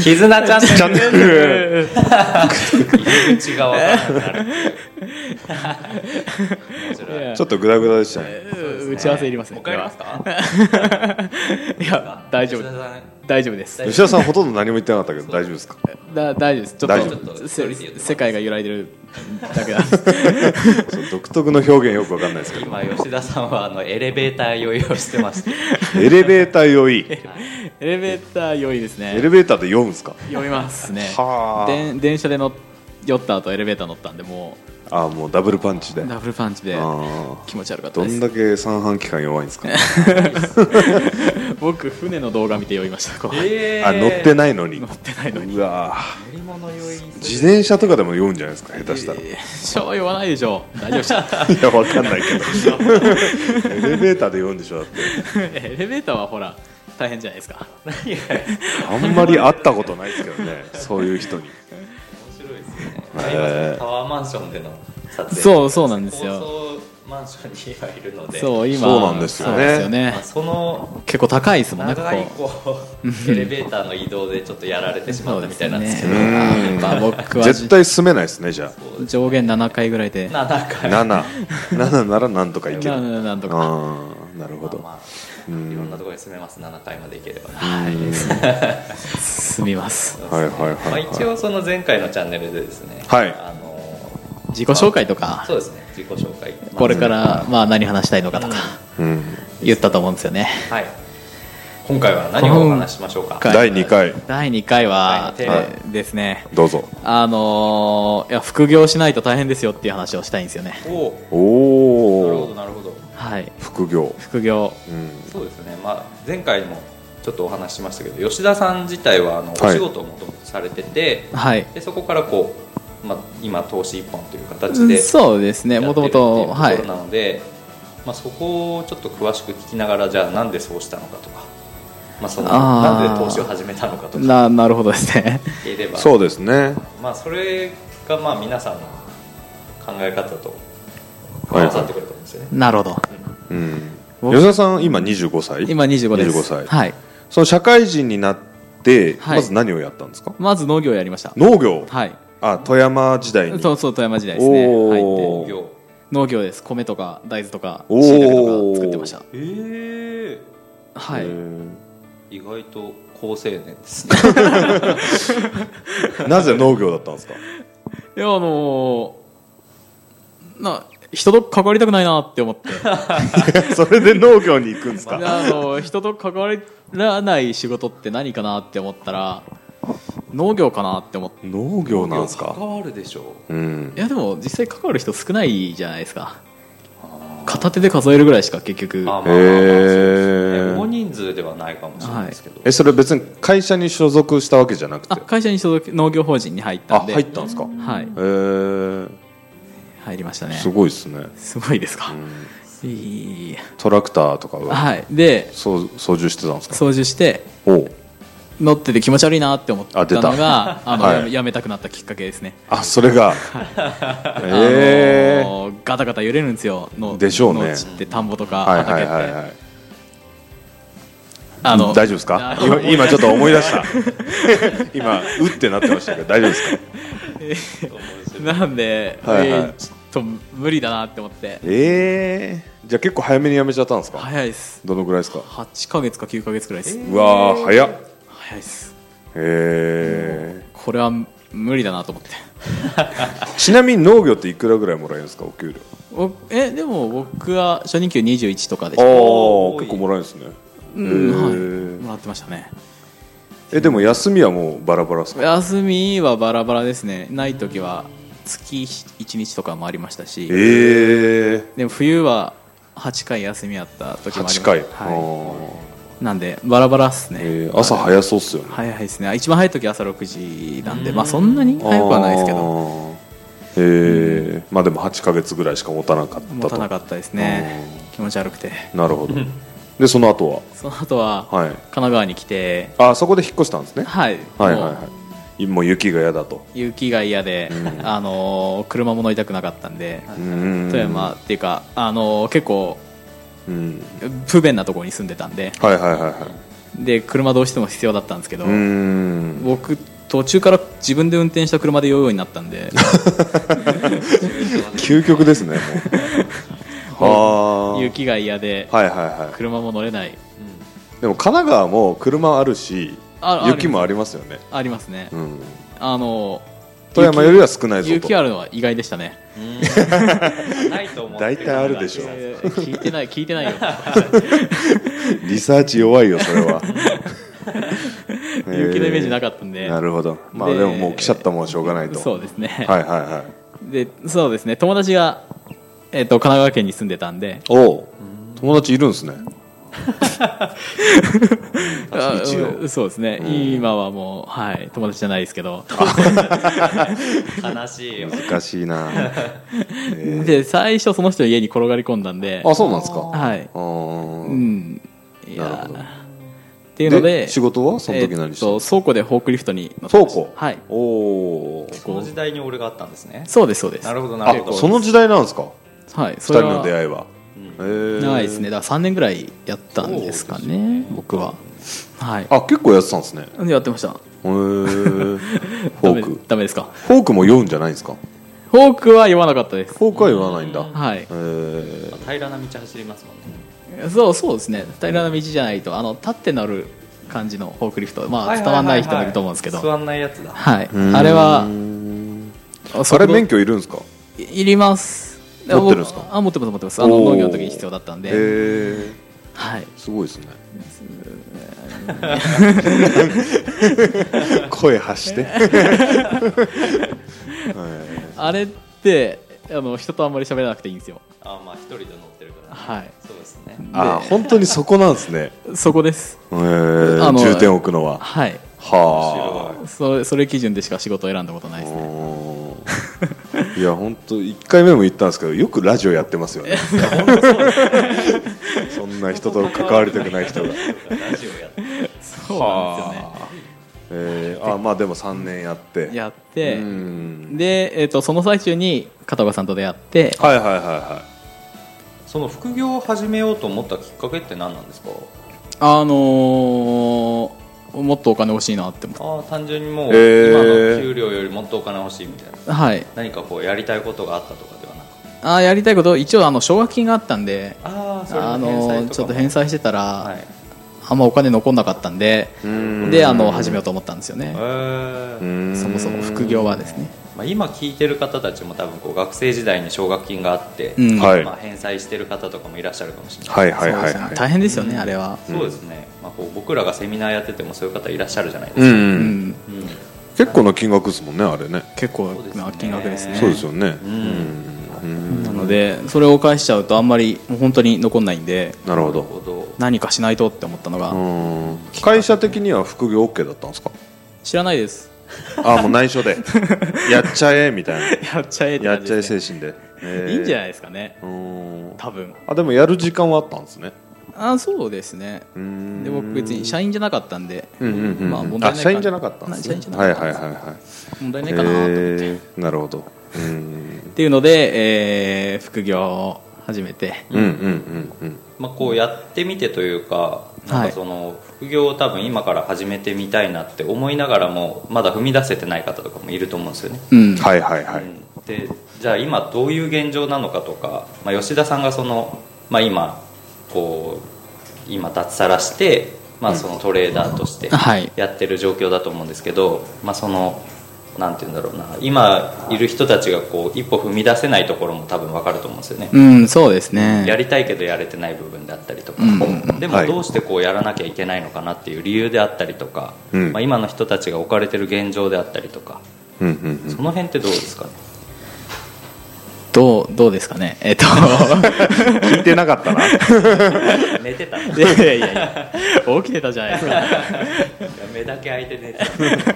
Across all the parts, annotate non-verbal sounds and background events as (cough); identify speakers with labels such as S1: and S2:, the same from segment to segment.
S1: 絆チャンネル
S2: チャンネル
S1: 入り口がわからなくなる面白い
S2: ちょっとグダグダでしたね
S3: 打ち合わせいりますね
S1: もう帰りますか
S3: いや大丈
S1: 吉
S3: 夫
S1: 田さん
S3: 大丈夫です
S2: 吉田さんほとんど何も言ってなかったけど大丈夫ですか
S3: だ大丈夫ですちょ
S2: 大丈
S3: っ
S1: 夫
S3: とせ
S1: 一人で言ってます
S3: 世界が揺らいでるだけなんです
S2: そう独特の表現よくわかんないですけど
S1: 今吉田さんはあのエレベーター用意をしてまして
S2: (laughs) エレベーター酔い
S3: エレベーター酔いです
S2: エ
S3: ね
S2: レベーターで読むんですか
S3: 酔いますね
S2: はあ
S3: でん電車で乗酔った後エレベーター乗ったんでも
S2: あもうダブルパンチで
S3: うダブルパンチで
S2: あー
S3: 気持ち悪かった
S2: ど
S3: で
S2: ん
S3: す
S2: だけ三半規管弱いんですか
S3: 僕船の動画見て酔いましたこう
S1: え
S2: あ乗ってないのに
S3: 乗ってないのに
S2: うわあ
S1: 乗り物用意
S2: 自転車とかでも酔うんじゃないですか下手したらい
S3: そう言わないでしょ大丈夫でした
S2: やわかんない (laughs) けどエレベーターで酔うんでしょだって
S3: (laughs) エレベーターはほら大変じゃないですか
S1: 何が面白い
S2: あんまり会ったことないですけどねそういう人に
S1: ですよね
S2: へー
S1: タワーマンションでの撮影
S3: そうそうなんですよ
S1: 高層マンションに今いるので
S3: そう今
S2: そうなんですよね
S3: そうですよね
S1: まあその
S3: 結構高いですもんねこ
S1: 長い
S3: こ
S1: こうエレベーターの移動でちょっとやられてしまったみたいなんですけど
S3: そうですね
S2: うん
S3: まあ僕は
S2: 絶対住めないですねじゃ
S3: 上限7回ぐらいで
S1: 7
S2: あ
S1: 回
S2: 77ならなんとかいける
S3: なななんとか
S2: ああなるほど
S1: まあいろんなところに住めます7回まで行ければ
S3: 済みます
S2: はいはいはいはい
S1: まあ一応その前回のチャンネルでですね
S2: はい
S1: あの
S3: 自己紹介とか
S1: そうですね自己紹介
S3: これからまあ何話したいのかとか
S2: うん
S3: 言ったと思うんですよね
S1: はい今回は何をお話ししましょうか
S3: 今回
S2: 第2回
S3: 第2回は
S1: 第二回
S3: えーですね
S2: どうぞ
S3: あのーいや副業しないと大変ですよっていう話をしたいんですよね
S1: おおな
S2: お
S1: るほど
S2: お
S1: なるほど
S3: はい
S2: 副業
S3: 副業
S2: うん
S1: そうですね、まあ、前回もちょっとお話ししましたけど吉田さん自体はあのお
S2: はい
S1: 仕事をもともとされてて、
S3: はい
S1: でそこからこう、まあ、今投資一本という形で
S3: そうですね
S1: や
S3: も
S1: ってる
S3: とも
S1: っていう
S3: と
S1: とこ
S3: はい
S1: ろなので、まあ、そこをちょっと詳しく聞きながらじゃあなんでそうしたのかとか、まあ、その
S3: あー
S1: なんで投資を始めたのかとか
S3: ななるほどですね
S1: 聞ければ
S2: そうですね
S1: まあ、それがまあ皆さんの考え方と合
S2: はい
S1: わさってくると思うんですよね。
S3: なるほど
S2: うん
S3: 僕
S2: 吉田さん今25歳
S3: (laughs) 今25です
S2: 25歳
S3: はい、
S2: その社会人になって
S3: はい
S2: まず何をやったんですか
S3: まず農業やりました
S2: 農業
S3: はい
S2: あ富山時代に
S3: そうそう富山時代ですね
S2: おー
S3: 入っ
S2: お
S3: て
S1: 業
S3: 農業です米とか大豆とか
S2: おー
S3: 椎茸とか作ってました
S1: えー、
S3: はい
S2: へー
S1: 意外と好青年ですね
S2: (laughs) なぜ農業だったんで
S3: (laughs)
S2: すか
S3: いやあのーな人と関わりたくないなって
S2: (laughs)
S3: 思って
S2: それで農業に行くんです
S3: あ
S2: か
S3: のー人と関わらない仕事って何かなって思ったら農業かなって思って
S2: 農業なんですか
S1: 関わるでしょ
S2: うん
S3: いやでも実際関わる人少ないじゃないですか片手で数えるぐらいしか結
S1: う
S3: 局
S1: まあまあまあまあそうです
S2: へ
S1: ね大
S2: ー
S1: 人数ではないかもしれないですけど、
S2: えそれ別に会社に所属したわけじゃなく
S3: あ
S2: て
S3: 会社に所属農業法人に入った
S2: あ
S3: んで
S2: 入ったんですか
S3: はい
S2: へー
S3: 入りましたね
S2: すごいですね
S3: すごいですか、いい
S2: トラクターとかは
S3: はいで
S2: そう操縦してたんですか
S3: 操縦して
S2: おう
S3: 乗ってて気持ち悪いなって思った
S2: あ出た
S3: のがあの、
S2: (laughs) はい
S3: やめやめたくなったきっかけですね
S2: あそれがえ
S3: あ
S2: え
S3: のーガタガタ揺れるんですよの
S2: でしょうね
S3: 農地って田んぼとか
S2: はい
S3: 畑っ
S2: は
S3: て、
S2: いはいはい
S3: あの
S2: 大丈夫ですか
S3: あの
S2: 今今ちょっと思い出した (laughs) 今うってなってましたけど大丈夫
S3: (laughs)
S2: ですか
S3: なんで、
S2: はいはい
S3: えーちょっと無理だなって思って
S2: ええじゃあ結構早めに辞めちゃったんですか
S3: 早いです
S2: どのぐらいですか
S3: 8ヶ月か9ヶ月くらいです、
S2: うわー早っ
S3: 早いです
S2: え
S3: これは無理だなと思って
S2: えちなみに農業っていくらぐらいもらえるんですかお給料
S3: おえでも僕は初任給21とかで
S2: ああ
S3: した
S1: 多い
S2: 結構もらえるんですね
S3: うんはい
S2: へえ
S3: もらってましたね
S2: えでも休みはもうバラバラですか
S3: 休みはバラバラですねない時は月1日とかもありましたし
S2: ええ
S3: でも冬は8回休みあった時もありま
S2: 8
S3: し
S2: 回、あ
S3: は
S2: ー
S3: い、なんでバラバラっすね、
S2: えー朝
S3: い
S2: 早そうっすよね
S3: 早いですね一番早い時朝6時なんでまあそんなに早くはないですけど
S2: どえーまあでも8か月ぐらいしか持たなかったと
S3: 持たなかったですね気持ち悪くて (laughs)
S2: なるほどでその後
S3: その後は
S2: はは
S3: 神
S2: い
S3: 奈川に来て
S2: あそこで引っ越したんですね
S3: はい、
S2: はいはい
S3: もう
S2: はいもう雪が嫌だと
S3: 雪が嫌で、あのー車も乗りたくなかったんで、
S2: 富
S3: 富山っていうか、あのー結構
S2: うん
S3: 不便なところに住んでたんで
S2: はいはいはいはい
S3: で車どうしても必要だったんですけど、
S2: うーん
S3: 僕途中から自分で運転した車で酔うようになったん
S2: (laughs)
S3: で
S2: 究極ですね
S3: (laughs)
S2: もうは
S3: 雪が嫌で
S2: あはいはいはい
S3: 車も乗れない
S2: でも神奈川も車あるし
S3: あある
S2: 雪もありますよね、
S3: ありますね、
S2: うん、
S3: あの
S2: 富山よりは少ないぞ
S3: 雪雪
S2: と
S3: あるのは意外でしたね
S1: うんないと思って
S2: (laughs) 大体あるでしょ
S3: えー聞いてない聞いてないよ
S2: リサーチ弱いよそれは
S3: (laughs) 雪のイメージな
S2: か
S3: かったんで
S2: なるほどまあ
S3: で
S2: でももう来ちゃったもんはしょうがないと
S3: そうですね、
S2: はいはいはい
S3: でそうですね友達が、えっと神奈川県に住んでたんで
S2: おお友達いるんですね
S3: あ
S2: 一応
S3: うんそうですね、今はもう、はい、友達じゃないですけど、
S1: 悲しいよ
S2: 難しいな、え
S3: で最初その人の家に転がり込んだんで
S2: ーあそうなんですか
S3: はいう
S2: ー
S3: うんんいや
S2: なるほ
S3: っ
S2: ど
S3: ていうので
S2: 仕事はその時
S3: え
S2: 何
S3: っ
S2: してたん
S3: と
S2: です
S3: 倉庫でフォークリフトに乗っ
S2: か
S3: て
S2: 倉
S3: ました
S2: 庫
S3: はい
S2: おおー
S1: この時代に俺があったんですね
S3: そうですそうです
S1: なるほどな
S2: あ
S1: るほど
S2: その時代なんですか
S3: はい
S2: 二
S3: そ
S2: 人
S3: れは
S2: の出会いはへー
S3: 長いですねだから3年ぐらいやったんですかね僕ははい
S2: あ結構やってたんですねへえ
S3: やってました
S2: フ
S3: (laughs)
S2: ォ
S3: ダメ
S2: ーク
S3: ダメですか
S2: フォークも酔うんじゃないんですか
S3: フォークは言わなかったです
S2: フォークは言わないんだへ
S3: はい
S2: え
S1: 平らな道走りますもんね
S3: そうそうですね平らな道じゃないとあの立って乗る感じのフォークリフトまあ伝わんない人もいると思うんですけど
S1: 座んないやつだ
S3: はいあれは
S2: あれ免
S3: 許
S2: 許いるんですか
S3: いります
S2: 持ってるんですか
S3: 僕あ持ってます持ってますあの
S2: おー
S3: 農業の時に必要だったん
S2: へ
S3: で
S2: え
S3: はい
S2: すごいですね (laughs) 声発してはい
S3: あれってあの人とあんまり喋らなくていいんですよ
S1: あまあ一人で乗ってるから
S3: はい
S1: そうですね
S2: あー本当にそこなんですね、
S3: そこです
S2: えー、
S3: あの
S2: 重点を置くのは
S3: はい
S2: はあ
S3: それそれ基準でしか仕事を選んだことないですね
S2: おーいや本当1回目も言ったんですけどよくラジオやってますよねそんな人と関わりたくない人が、
S1: ラジオやって
S3: そうなんですよ
S2: えー、あまあでも3年やって
S3: ねやって
S2: うん
S3: で、えっとその最中に片岡さんと出会って
S2: はいはいはいは
S1: (laughs) その副業を始めようと思ったきっかけって何なんですか
S3: あのーもっとお金欲しいなって思っ
S1: ああ単純にもう
S2: えー
S1: 今の給料よりもっとお金欲しいみたいな
S3: たはい
S1: 何かこうやりたいことがあったとかではなく
S3: あーやりたいこと一応あの奨学金があったんで
S1: ああそれ
S3: あ
S1: の
S3: の
S1: 返済とか
S3: ー
S1: も
S3: ちょっと返済してたら、
S1: はい
S3: あんまお金残んなかったんで
S2: い
S3: であの始めようと思ったんですよね
S1: えー
S3: そもそも副業はですね
S1: まあ、今聞いてる方たちも多分こう学生時代に奨学金があって、
S3: うん
S2: はい
S1: まあ、返済してる方とかもいらっしゃるかもしれない、
S2: はいはい
S3: そう
S2: は
S3: で
S2: い
S3: すね
S2: はい
S3: 大変ですよねあれは
S1: そうですね、まあ、こう僕らがセミナーやっててもそういう方いらっしゃるじゃないで
S2: う
S1: すか、
S3: うんん
S1: うん
S2: 結構な金額ですもんねあれね
S3: 結構
S1: そうですね
S3: な金額ですね
S2: そうですよね
S1: うん
S2: うん
S3: なのでそれを返しちゃうとあんまりもう本当に残んないんで
S2: なるほ
S1: なる
S2: ど
S1: ほど
S3: 何かしないとって思ったのが、
S2: うん会社的には副業 OK だった
S3: (laughs)
S2: んですか
S3: 知らないです
S2: あもう内
S3: (laughs)
S2: 緒でやっちゃえみたい
S3: やっちゃえ
S2: なやっちゃえ
S3: い
S2: 精神でえー
S3: いんじゃないですかね
S2: うん
S3: 多分
S2: あでもやる時間はあったんですね
S3: あそうですね
S2: うん
S3: で僕別に社員じゃなかったんで、
S2: うんうんうん、
S3: まあ問題ないか
S2: あ社員じゃなかったんです、ね、
S3: 社員じゃなかったんです
S2: はいはいはいはい
S3: 問題ないかなと思って、
S2: えーなるほどうん
S3: っていうので、えー副業を始めて
S2: うんうんうん
S1: まあ、こうやってみてというかなんかその副業を多分今から始めてみたいなって思いながらもまだ踏み出せてない方とかもいると思うんですよね
S3: うん
S2: うんはいはいはい、
S1: うんでじゃあ今どういう現状なのかとか、まあ、吉田さんがその、まあ、今こう今脱サラして、まあ、そのトレーダーとして
S3: はい
S1: やってる状況だと思うんですけど、まあ、そのなんて言うんだろうな今いる人たちがこう一歩踏み出せないところも多分分かると思うんですよね、
S3: うんそうですね
S1: やりたいけどやれてない部分であったりとか、
S3: うん
S1: で
S2: は
S1: も
S2: い
S1: どうしてこうやらなきゃいけないのかなっていう理由であったりとか、
S2: うん
S1: まあ、今の人たちが置かれてる現状であったりとか
S2: うんうんうん
S1: その辺ってどうですかね
S3: どうどうですかねえ
S1: (laughs)
S3: っ、と
S2: 聞いてなかったな
S3: (laughs)
S1: 寝てたの
S3: いやいやいや起きてたじゃないです
S1: (laughs)
S3: か
S1: 目だけ開いて
S3: (laughs)
S1: 寝てた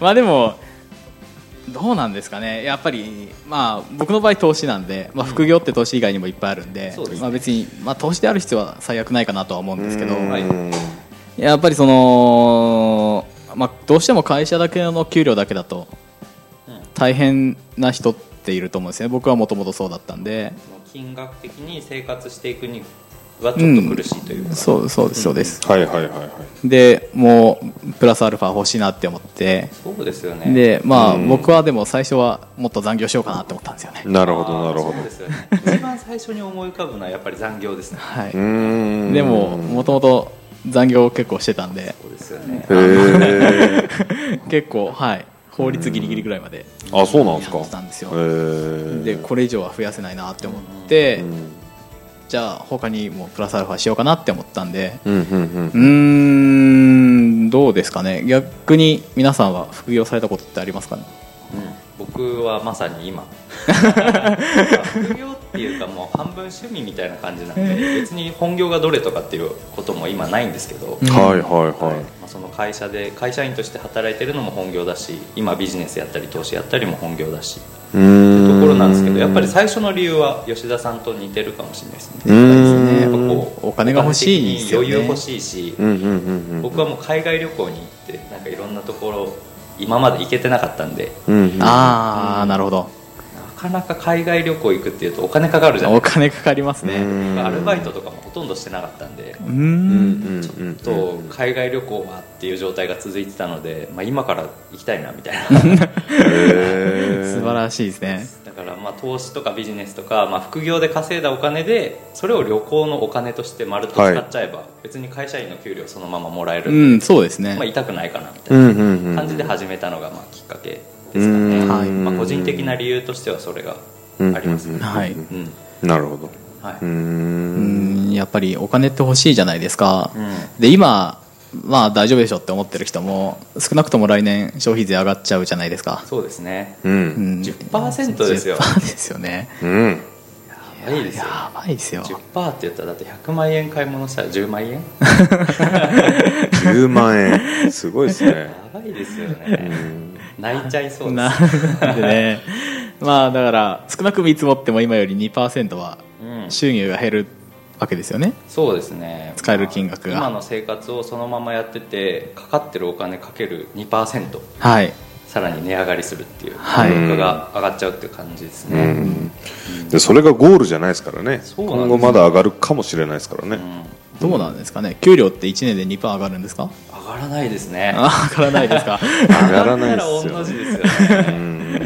S3: まあでもどうなんですかねやっぱりまあ僕の場合投資なんで、まあ、副業って投資以外にもいっぱいあるんで,、
S1: そうですね
S3: まあ、別に、まあ、投資である必要は最悪ないかなとは思うんですけど
S2: うん
S1: はい
S3: やっぱりその、まあ、どうしても会社だけの給料だけだと
S1: うん
S3: 大変な人っていると思うんですね僕はもともとそうだったんで
S1: 金額的に生活していくにはちょっと苦しいというか、
S3: そうそうですそうです、
S2: はいはいはいはい
S3: でもうプラスアルファ欲しいなって思って
S1: そうですよね
S3: でまあ、
S2: うん
S3: 僕はでも最初はもっと残業しようかなって思ったんですよね、
S2: なる
S1: あ
S2: ほ
S1: ー
S2: どなるほど
S1: そうですよね一番最初に思い浮かぶのはやっぱり残業ですね
S3: はいう
S2: ーん
S3: でももともと残業を結構してたんで (laughs)
S1: そうですよね
S2: へえ
S3: 結構はい法律ギリギリぐらいまで
S2: (laughs) あそうなんですか
S3: やってたんですよ
S2: へー
S3: でこれ以上は増やせないなって思って、
S2: うん
S3: じゃあ他にもプラスアルファしようかなって思ったんで
S2: うんうん
S3: うーんどうですかね逆に皆さんは副業されたことってありますかね
S1: 僕はまさに今副業っていうかもう半分趣味みたいな感じなんで別に本業がどれとかっていうことも今ないんですけど、
S3: ん
S2: うんは
S1: は
S2: いはい
S1: い
S2: は
S1: まあ、その会社で会社員として働いてるのも本業だし今ビジネスやったり投資やったりも本業だし
S2: いうー
S1: と
S2: ん
S1: ころなんですけどやっぱり最初の理由は吉田さんと似てるかもしれないですね
S2: うーん
S1: やっぱこう
S3: お金が欲しいんですよね
S1: お金的に余裕欲しいし、
S2: うんうんうんうん
S1: 僕はもう海外旅行に行ってなんかいろんなところ今まで行けてなかったんで
S2: うんうん
S3: ああなるほど
S1: なかなか海外旅行行くっていうとお金かかるじゃない
S3: お
S1: で
S3: 金かかります
S1: すか
S3: ね
S2: うん
S1: ねアルバイトとかもほとんどしてなかったんで
S3: うー
S2: うんんうんうん
S1: と海外旅行はっていう状態が続いてたので、まあ、今から行きたいなみたいな
S3: 素
S2: 素
S3: 晴らしいですね
S1: だからまあ投資とかビジネスとか、まあ、副業で稼いだお金でそれを旅行のお金として丸っと使っちゃえば、別に会社員の給料そのままもらえる
S3: うん
S1: で、
S3: んそうですね
S1: まあ、痛くないかなみたい
S2: うんうんうん
S1: な感じで始めたのがまあきっかけですかね、
S2: うん
S3: はい
S1: まあ、個人的な理由としてはそれがありますね、
S3: はい
S1: うん
S2: なるほど
S1: は
S2: う
S1: い
S2: ー
S3: うんんやっぱりお金って欲しいじゃないですか、
S1: うん
S3: で今まあ大丈夫でしょって思ってる人も少なくとも来年消費税上がっちゃうじゃないですか、
S1: そうですね
S2: う
S3: うんん、
S1: 10%ですよ
S3: 10%ですよね
S1: (laughs)
S2: うん
S1: やばいですよ
S3: やばいですよ
S1: 10%って言ったらだって100万円買い物したら10万円
S2: 10万円すごいですね
S1: (laughs) やばいですよ
S2: う
S1: ね
S2: ん
S1: 泣いちゃいそうで
S3: な
S1: す、
S3: んでねまあだから少なく見積もっても今より2%は
S1: うん、
S3: 収入が減るわけですよね
S1: そうですね
S3: 使える金額が
S1: まあ今の生活をそのままやっててかかってるお金かける2%
S3: はい
S1: さらに値上がりするっていう
S3: はい
S1: 物価が上がっちゃうっていう感じです
S2: う
S1: ね、
S2: んでそれがゴールじゃないですからね
S1: そうなんです
S2: 今後まだ上がるかもしれないですから
S1: う
S2: ね
S1: ん
S3: どうなんですかね給料って1年で2%上がるんですか
S1: 上がらないですね
S3: あ上がらないです
S1: (laughs)
S3: か
S2: 上がらない
S1: 上が
S2: で
S1: った
S2: す
S1: ら
S2: よ
S1: 同じ
S2: ね
S1: ですよね
S2: うん
S1: で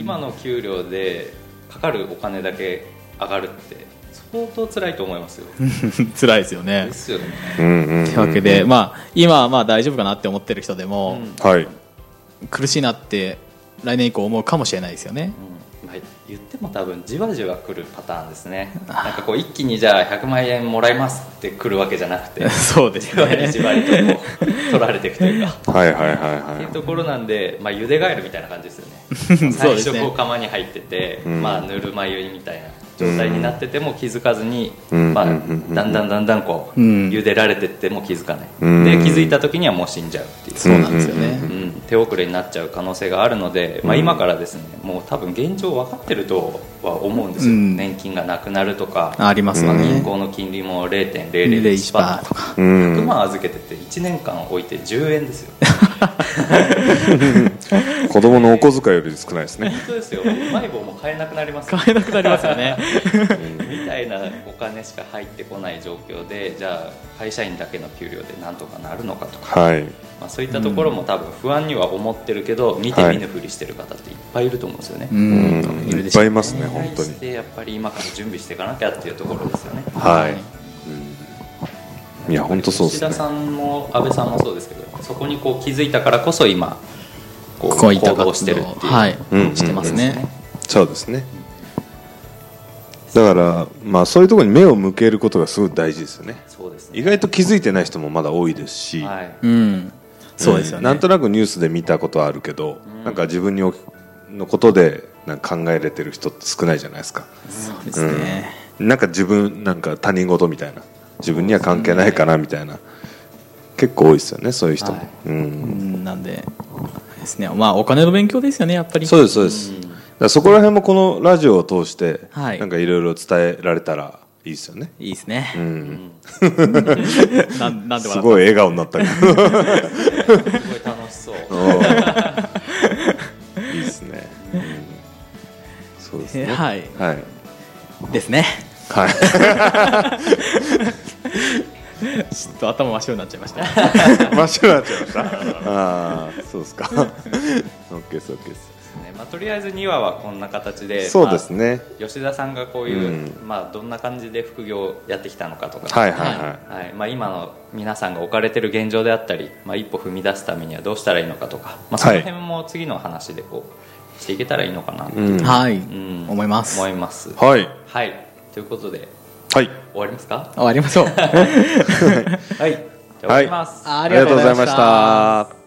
S1: 今の給料でかかるお金だけ上がるって相当辛いと思いますよ
S3: 辛いですよね
S1: ですよね
S2: うんうんうん
S3: というわけで、まあ、今はまあ大丈夫かなって思ってる人で
S1: うん
S3: も、
S1: うん
S2: はい
S3: 苦しいなって来年以降思うかもしれないですよね。
S1: まあ言っても多分じわじわ来るパターンですねなんかこう一気にじゃあ100万円もらいますって来るわけじゃなくて
S3: そうです
S1: じわり
S3: ね
S1: じ。わりとこう取られていくというか
S2: はいはいはい
S1: っていう
S2: は
S1: ところなんで、まあ、茹でガエルみたいな感じですよね
S3: そう
S1: 最
S3: です
S1: 初
S3: ね
S1: こう釜に入ってて、
S2: ん
S1: まあ、ぬるま湯みたいな状態になってても気づかずに、
S2: うん
S1: まあ、
S2: う
S1: だ
S2: んうんうん
S1: んだんだんだんこう、
S3: うん
S1: 茹でられてっても気づかない、
S2: うん
S1: で気づいた時にはもう死んじゃうっていう。
S3: (laughs) そうなんですよね
S2: う。
S1: うん手遅れになっちゃう可能性があるので、まあ、今からですね、もう多分現状分かってるとは思うんですよ、
S3: うん
S1: 年金がなくなるとか、
S3: あります
S1: ま
S3: よ
S1: あ
S3: ね。
S1: 銀行の金利も
S3: 0.01%
S1: 0.001%
S3: とか。
S2: い
S1: 100
S2: うん
S1: 万預けてて1年間置いて10円ですよ
S2: 子供のお小遣いより少ないですね
S1: 本当ですようまい棒も買えなくなりますよ
S3: 買えなくなりますよ
S1: (laughs)
S3: ね。
S1: みたいなお金しか入ってこない状況でじゃあ会社員だけの給料でなんとかなるのかとか、
S2: はい
S1: まあ、そういったところも多分不安には思ってるけど見て見ぬふりしてる方っていっぱいいると思うんですよね、
S3: う
S2: うんん、
S3: いる
S2: い
S3: で
S2: っ
S3: しょ
S2: ぱ
S3: う
S2: いいますね
S1: それに
S2: 本当
S1: 対
S2: に
S1: してやっぱり今から準備していかなきゃっていうところですよね
S2: はい、いや本当そうで
S1: 吉
S2: す
S1: 田
S2: ね
S1: さんも安倍さんもそうですけどそこにこう気づいたからこそ今こう
S3: こういった
S1: 行
S3: 活動
S1: 動
S3: を
S1: してるっていう、
S3: はい
S2: うんうん
S3: してますね。
S2: そうですねだからまあそういうところに目を向けることがすごい大事ですよね
S1: そうですね
S2: 意外と気づいてない人もまだ多いですし、
S1: はい
S3: うん。そうですよ
S2: んなん
S3: ね。
S2: となくニュースで見たことはあるけど、なんか自分におのことでなんか考えれてる人って少ないじゃないですか
S3: そうですね。
S2: なんか自分なんか他人事みたいな自分には関係ないかなみたいな、結構多いですよねそういう人も、
S1: はい
S2: うん
S3: うんなんで、ですね。まあ、お金の勉強ですよね、やっぱり。
S2: そうですそうです、だからそこら辺もこのラジオを通して、
S3: はい
S2: なんかいろいろ伝えられたらいいですよね、
S3: いいですね。
S2: うん、
S3: なんなんで笑
S2: す
S3: った
S2: ごい笑顔にな
S3: (laughs)
S2: ったけ (laughs) ど
S1: すごい楽しそう
S2: うんいいですね、うんそうですね
S3: はい
S2: はい
S3: ですね。
S2: はい
S3: ちょっと頭真っ白になっちゃいました
S2: (laughs) 真っ白になっちゃいましたああそう (laughs) ですかオッケーですオッケーです
S1: ねまあ、とりあえず2話はこんな形で
S2: そうです、ね、
S1: まあ吉田さんがこういう、
S2: う
S1: まあ、どんな感じで副業やってきたのかとか、
S2: はいはいはい、
S1: はいまあ、今の皆さんが置かれてる現状であったり、まあ、一歩踏み出すためにはどうしたらいいのかとか、まあ、その辺も次の話でこうしていけたらいいのかなと、
S2: うんは
S3: はい、
S1: うん
S3: 思います
S1: 思
S3: 終
S1: います
S2: い
S1: はいということで
S2: はい
S1: 終わりますか
S3: わりましょう
S1: はいじゃあ終わります、
S3: あ
S2: あ
S3: りがとうございました
S2: りがとうございました